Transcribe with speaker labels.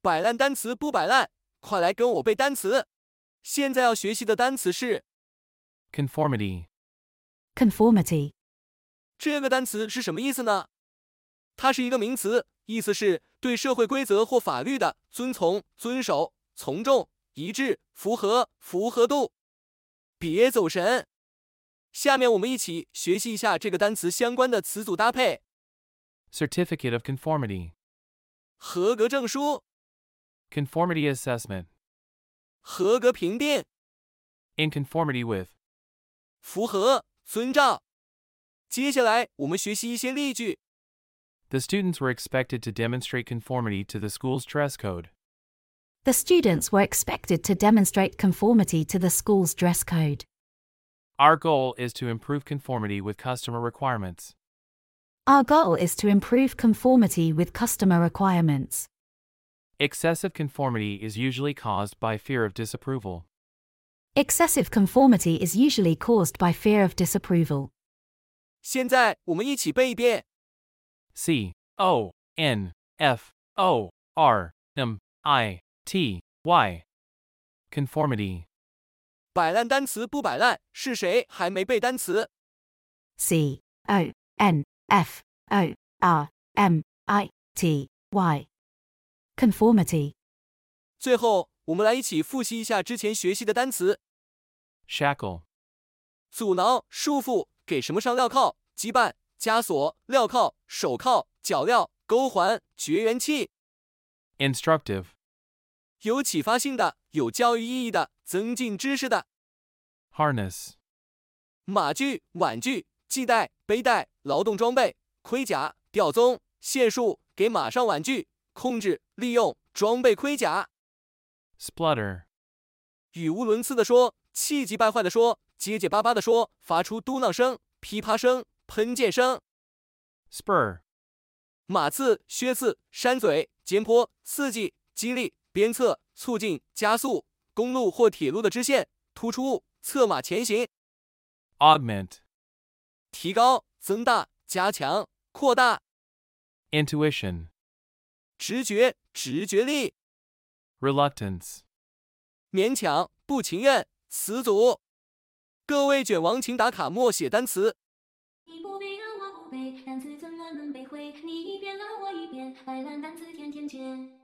Speaker 1: 摆烂单词不摆烂，快来跟我背单词。现在要学习的单词是
Speaker 2: Conformity.
Speaker 3: conformity,
Speaker 1: 这个单词是什么意思呢？它是一个名词，意思是对社会规则或法律的遵从、遵守、从众、一致、符合、符合度。别走神。下面我们一起学习一下这个单词相关的词组搭配：
Speaker 2: Certificate of Conformity.
Speaker 1: 合格证书、
Speaker 2: Conformity Assessment.
Speaker 1: 合格评定、
Speaker 2: In conformity with.
Speaker 1: 符合、遵照。接下来我们学习一些例句。
Speaker 2: The students were expected to demonstrate conformity to the school's dress code.
Speaker 3: the students were expected to demonstrate conformity to the school's dress code.
Speaker 2: Our goal is to improve conformity with customer requirements.
Speaker 3: Our goal is to improve conformity with customer requirements.
Speaker 2: Excessive conformity is usually caused by fear of disapproval.
Speaker 3: Excessive conformity is usually caused by fear of disapproval.
Speaker 1: 现在我们一起背一遍：
Speaker 2: C O N F O R M I T Y. Conformity.
Speaker 1: 摆烂单词不摆烂，是谁还没背单词？
Speaker 3: C O N F O R M I T Y. Conformity,
Speaker 1: 最后，我们来一起复习一下之前学习的单词：
Speaker 2: Shackle.
Speaker 1: 阻挠、束缚、给什么上镣铐、羁绊、枷锁、镣铐、手铐、脚镣、钩环、绝缘器。
Speaker 2: Instructive.
Speaker 1: 有启发性的，有教育意义的，增进知识的。
Speaker 2: Harness.
Speaker 1: 马具、碗具、系带、背带、劳动装备、盔甲、吊鬃、械束，给马上碗具，控制、利用装备盔甲。
Speaker 2: Splutter.
Speaker 1: 语无伦次地说，气急败坏地说，结结巴巴地说，发出嘟囔声、噼啪声、喷溅声。
Speaker 2: Spur.
Speaker 1: 马刺、靴刺、山嘴、尖坡、刺激、激励、鞭策、促进、加速公路或铁路的支线，突出物，策马前行，
Speaker 2: Augment.
Speaker 1: 提高、增大、加强、扩大。
Speaker 2: Intuition.
Speaker 1: 直觉、直觉力、
Speaker 2: Reluctance.
Speaker 1: 勉强、不情愿、词组。各位卷王，请打卡默写单词。
Speaker 4: 你不背让我不背，单词怎么能背会？你一遍让我一遍，摆烂单词天天见。